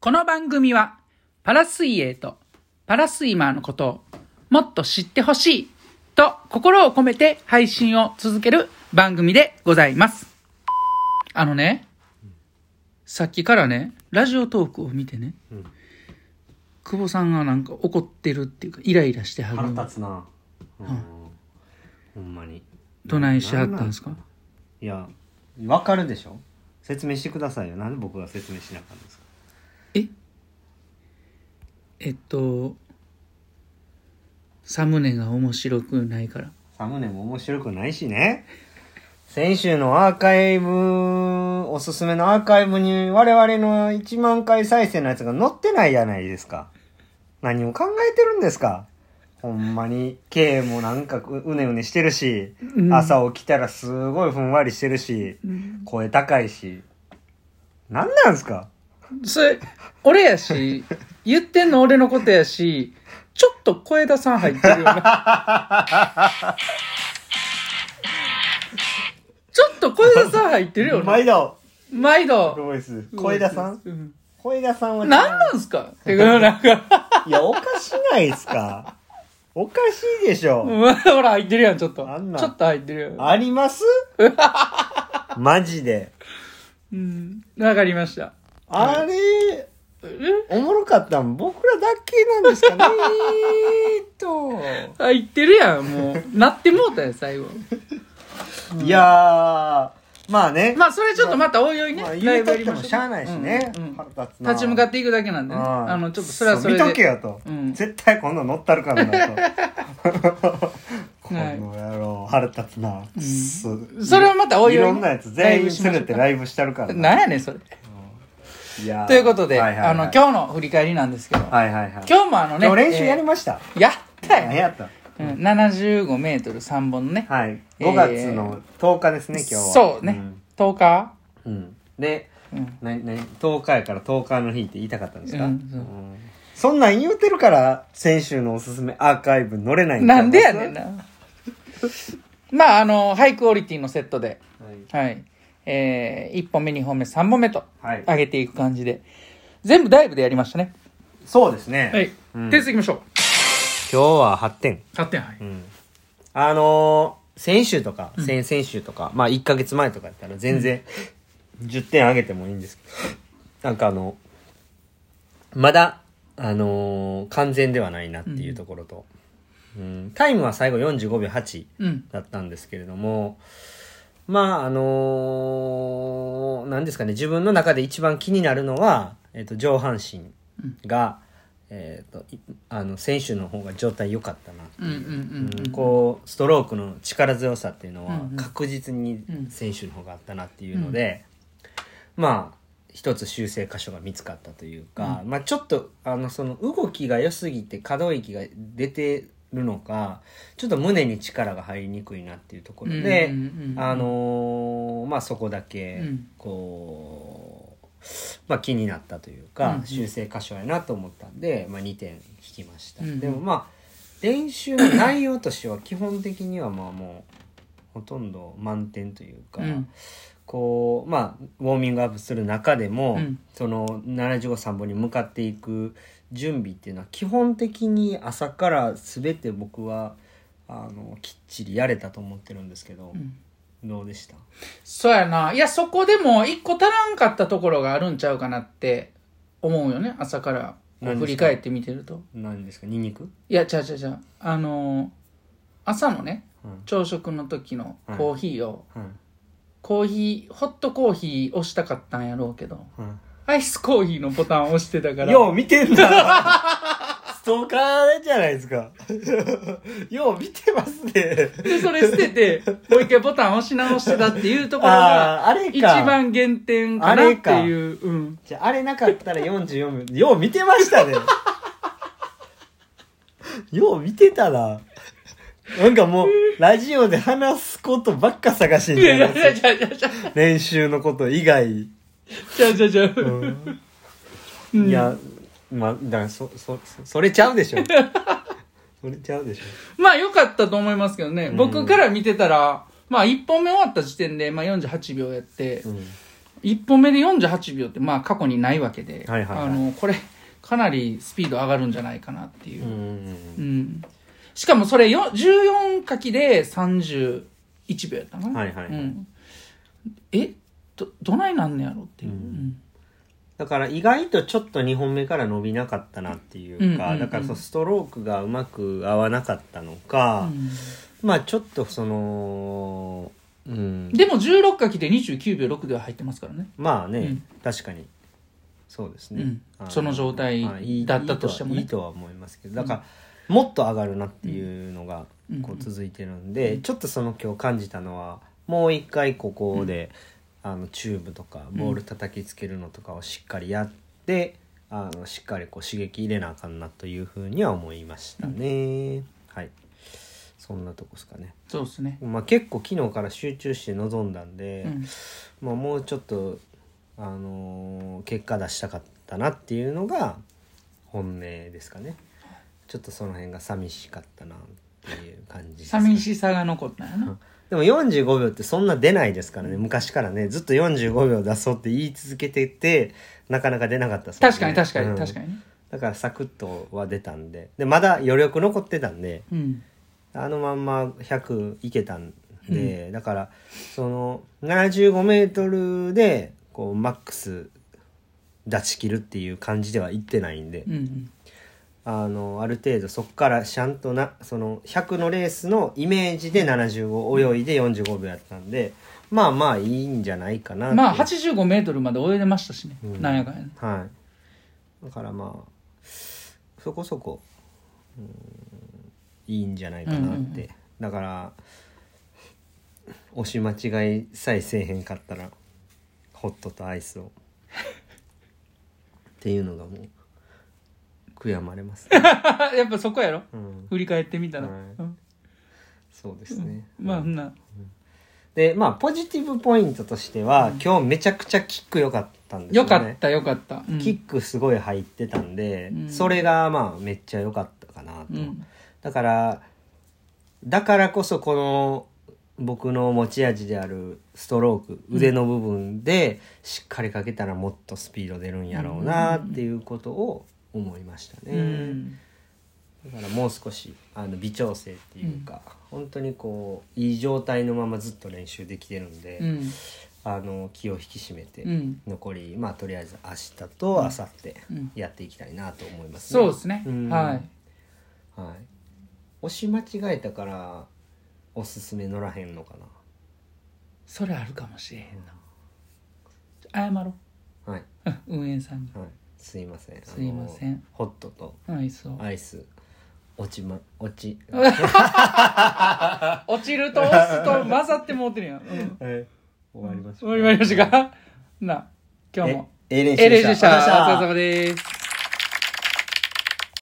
この番組は、パラ水泳とパラスイマーのことをもっと知ってほしいと心を込めて配信を続ける番組でございます。あのね、さっきからね、ラジオトークを見てね、うん久保さんがなんか怒ってるっていうか、イライラしては腹る。立つな、うんほんまにどないしはったんですかななんいやわかるでしょ説明してくださいよなんで僕が説明しなかったんですかええっと、サムネが面白くないから。サムネも面白くないしね先週のアーカイブおすすめのアーカイブに我々の1万回再生のやつが載ってないじゃないですか何を考えてるんですかほんまに K もなんかううねうねしてるし、うん朝起きたらすごいふんわりしてるし、声高いし何なんですかそれ、俺やし、言ってんの俺のことやし、ちょっと小枝さん入ってるよな。ちょっと小枝さん入ってるよな。毎度毎度。ロイス小枝さんん小枝さんは何なんすかてか、なんか、いやおかしないですかおかしいでしょ、うんほら入ってるやん、ちょっと。あんなちょっと入ってるよ。あります マジでうん。わかりました。あれえおもろかったん僕らだけなんですかねと入ってるやん、もう。なってもうたやん、最後。いやーまあねまあ、それちょっとまたおいおいね。まあラ言イブうとやっりてまょもうしゃあないしね、うんうん腹立つな立ち向かっていくだけなんでね。あの、ちょっとそれはそれで。見とけよと、うん絶対こんなの乗ったるか らなとこはいの野郎腹立つな、くっそそれはまたおいおいいろんなやつ全員連れてライブしてるからなんやねん、それ。いやーということで、はいはいはいあの、今日の振り返りなんですけど、はいはいはい今日もあのね、今日練習やりました、えーやったよ何やったうん、75メートル3本のね。はいえー5月の10日ですね、今日はそうね、10日うん、うんでうん。なな10日やから10日の日って言いたかったんですか、うんそううんそんなん言うてるから先週のおすすめアーカイブ乗れないちゃないんまですやねんな。まあ、あの、ハイクオリティのセットで、はい。えー、1本目、2本目、3本目とはい、は上い、げていく感じで、全部ダイブでやりましたね。そうですね、はい。うん点数いきましょう。今日は8点。勝点、はい。うん。あのー先週とか、先々週とか、まあ1ヶ月前とかやったら全然、10点上げてもいいんですけど、なんかあの、まだ、あのー完全ではないなっていうところと、うんタイムは最後45秒8うん。だったんですけれども、まあ、あのーなんですかね、自分の中で一番気になるのは、えっ、と、上半身が、えっ、と、いあの、選手の方が状態良かったなうんうんうんうん。こうストロークの力強さっていうのうんはうん確実にうん選手の方があったなっていうので、まあ一つ修正箇所が見つかったというか、まあちょっとあのその動きが良すぎて可動域が出てるのかちょっと胸に力が入りにくいなっていうところで、うんうんうんうんあのーまあそこだけうんこう、まあ、気になったというか、うんうん修正箇所やなと思ったんで、まあ、2点引きました。うんうんでもまあ練習の内容としては基本的にはまあもうほとんど満点というか、うんこうまあウォーミングアップする中でも、うんその753本に向かっていく準備っていうのは基本的に朝から全て僕はあのきっちりやれたと思ってるんですけど、んどうでしたそうやな。いや、そこでも一個足らんかったところがあるんちゃうかなって思うよね。朝からこう何です振かり返って見てると。何ですかニンニクいや、ちゃうちゃうちゃう。あのー朝のね、うん朝食の時のコーヒーを、うんコーヒー、ホットコーヒー押したかったんやろうけど、うんアイスコーヒーのボタンを押してたから。よう見てんだ ストーカーじゃないですか よう見てますねで、それ捨てて、もう一回ボタン押し直してたっていうところあが、ーあれか一番原点かなっていう。うん。じゃああれなかったら44秒よう見てました ねよう見てたななんかもうラジオで話すことばっか探してんいじやゃいなやいいでや、すちゃうちゃうちゃう。か練習のこと以外、ちゃうちゃうちゃう。うんいやまあだからそそそそれちゃう でしょそれちゃうでしょまあ良かったと思いますけどね、うん僕から見てたら、まあ1本目終わった時点で、まあ48秒やって、うん1本目で48秒ってまあ過去にないわけで、はいはいはいあのこれかなりスピード上がるんじゃないかなっていうう、んうんしかもそれよ14書きで31秒やったな、はいはいはういん、えどどないなんねやろっていう、うんうんだから意外とちょっと2本目から伸びなかったなっていうか、うんうんうんだからそうストロークがうまく合わなかったのか、まあちょっとそのうんでも16書きで29秒6では入ってますからねまあね、うん確かにそうですね、うんあのその状態まあいいだったとしてもねいいとはいいとは思いますけどだから、もっと上がるなっていうのがうんこうんう続いてるんで、ちょっとその今日感じたのはもう一回ここで、あのチューブとかボール叩きつけるのとかをしっかりやって、あのしっかりこう刺激入れなあかんなというふうには思いましたね、はいそんなとこですかね、そうですね、まあ、結構昨日から集中して臨んだんで、うんまあ、もうちょっと、あのー結果出したかったなっていうのが本音ですかねちょっとその辺が寂しかったなっていう感じです寂しさが残ったんやなでも45秒ってそんな出ないですからね昔からねずっと45秒出そうって言い続けててなかなか出なかったですもんね確かに確かに確かうんにね、だからサクッとは出たんででまだ余力残ってたんでうんあのまんま100いけたんで、だからその75メートルでこうマックス出し切るっていう感じではいってないんで、うんうんあのある程度そこからちゃんとなその100のレースのイメージで75泳いで45秒やったんでまあまあいいんじゃないかなっていうまあ8 5ルまで泳いでましたしね、うんなんやかんやねはい。だからまあ、そこそこ、うん、いいんじゃないかなって。うんうんうんだから、押し間違いさえせえへんかったら、ホットとアイスを。っていうのがもう、悔やまれ ます、ね。やっぱそこやろうん、振り返ってみたら、はいうんそうですね。まあそんなで、まあ、ポジティブポイントとしては、今日めちゃくちゃキック良かったんですよよね。かったよかった、うんキックすごい入ってたんで、うんそれがまあめっちゃ良かったかなと、うんだからだからこそこの僕の持ち味であるストローク腕の部分でしっかりかけたらもっとスピード出るんやろうなっていうことを思いましたね、うんだからもう少しあの微調整っていうか、本当にこういい状態のままずっと練習できてるんで、うんあの気を引き締めて、うん残りまあとりあえず明日と明後うん日やっていきたいなと思いますそうですね、うんはいはい押し間違えたからおすすめ乗らへんのかそれあるかもしれへんな謝ろなはい、ううん 運営さんにはい、すいませんすいませんあのホットとはいそうアイス落ちま 落ち落ちると押すと混ざってもうてるやん、う ん、え終わりまし 終わりましたかな今日もえええ練え習えで練した習でしたありがとうございましたお疲れ様です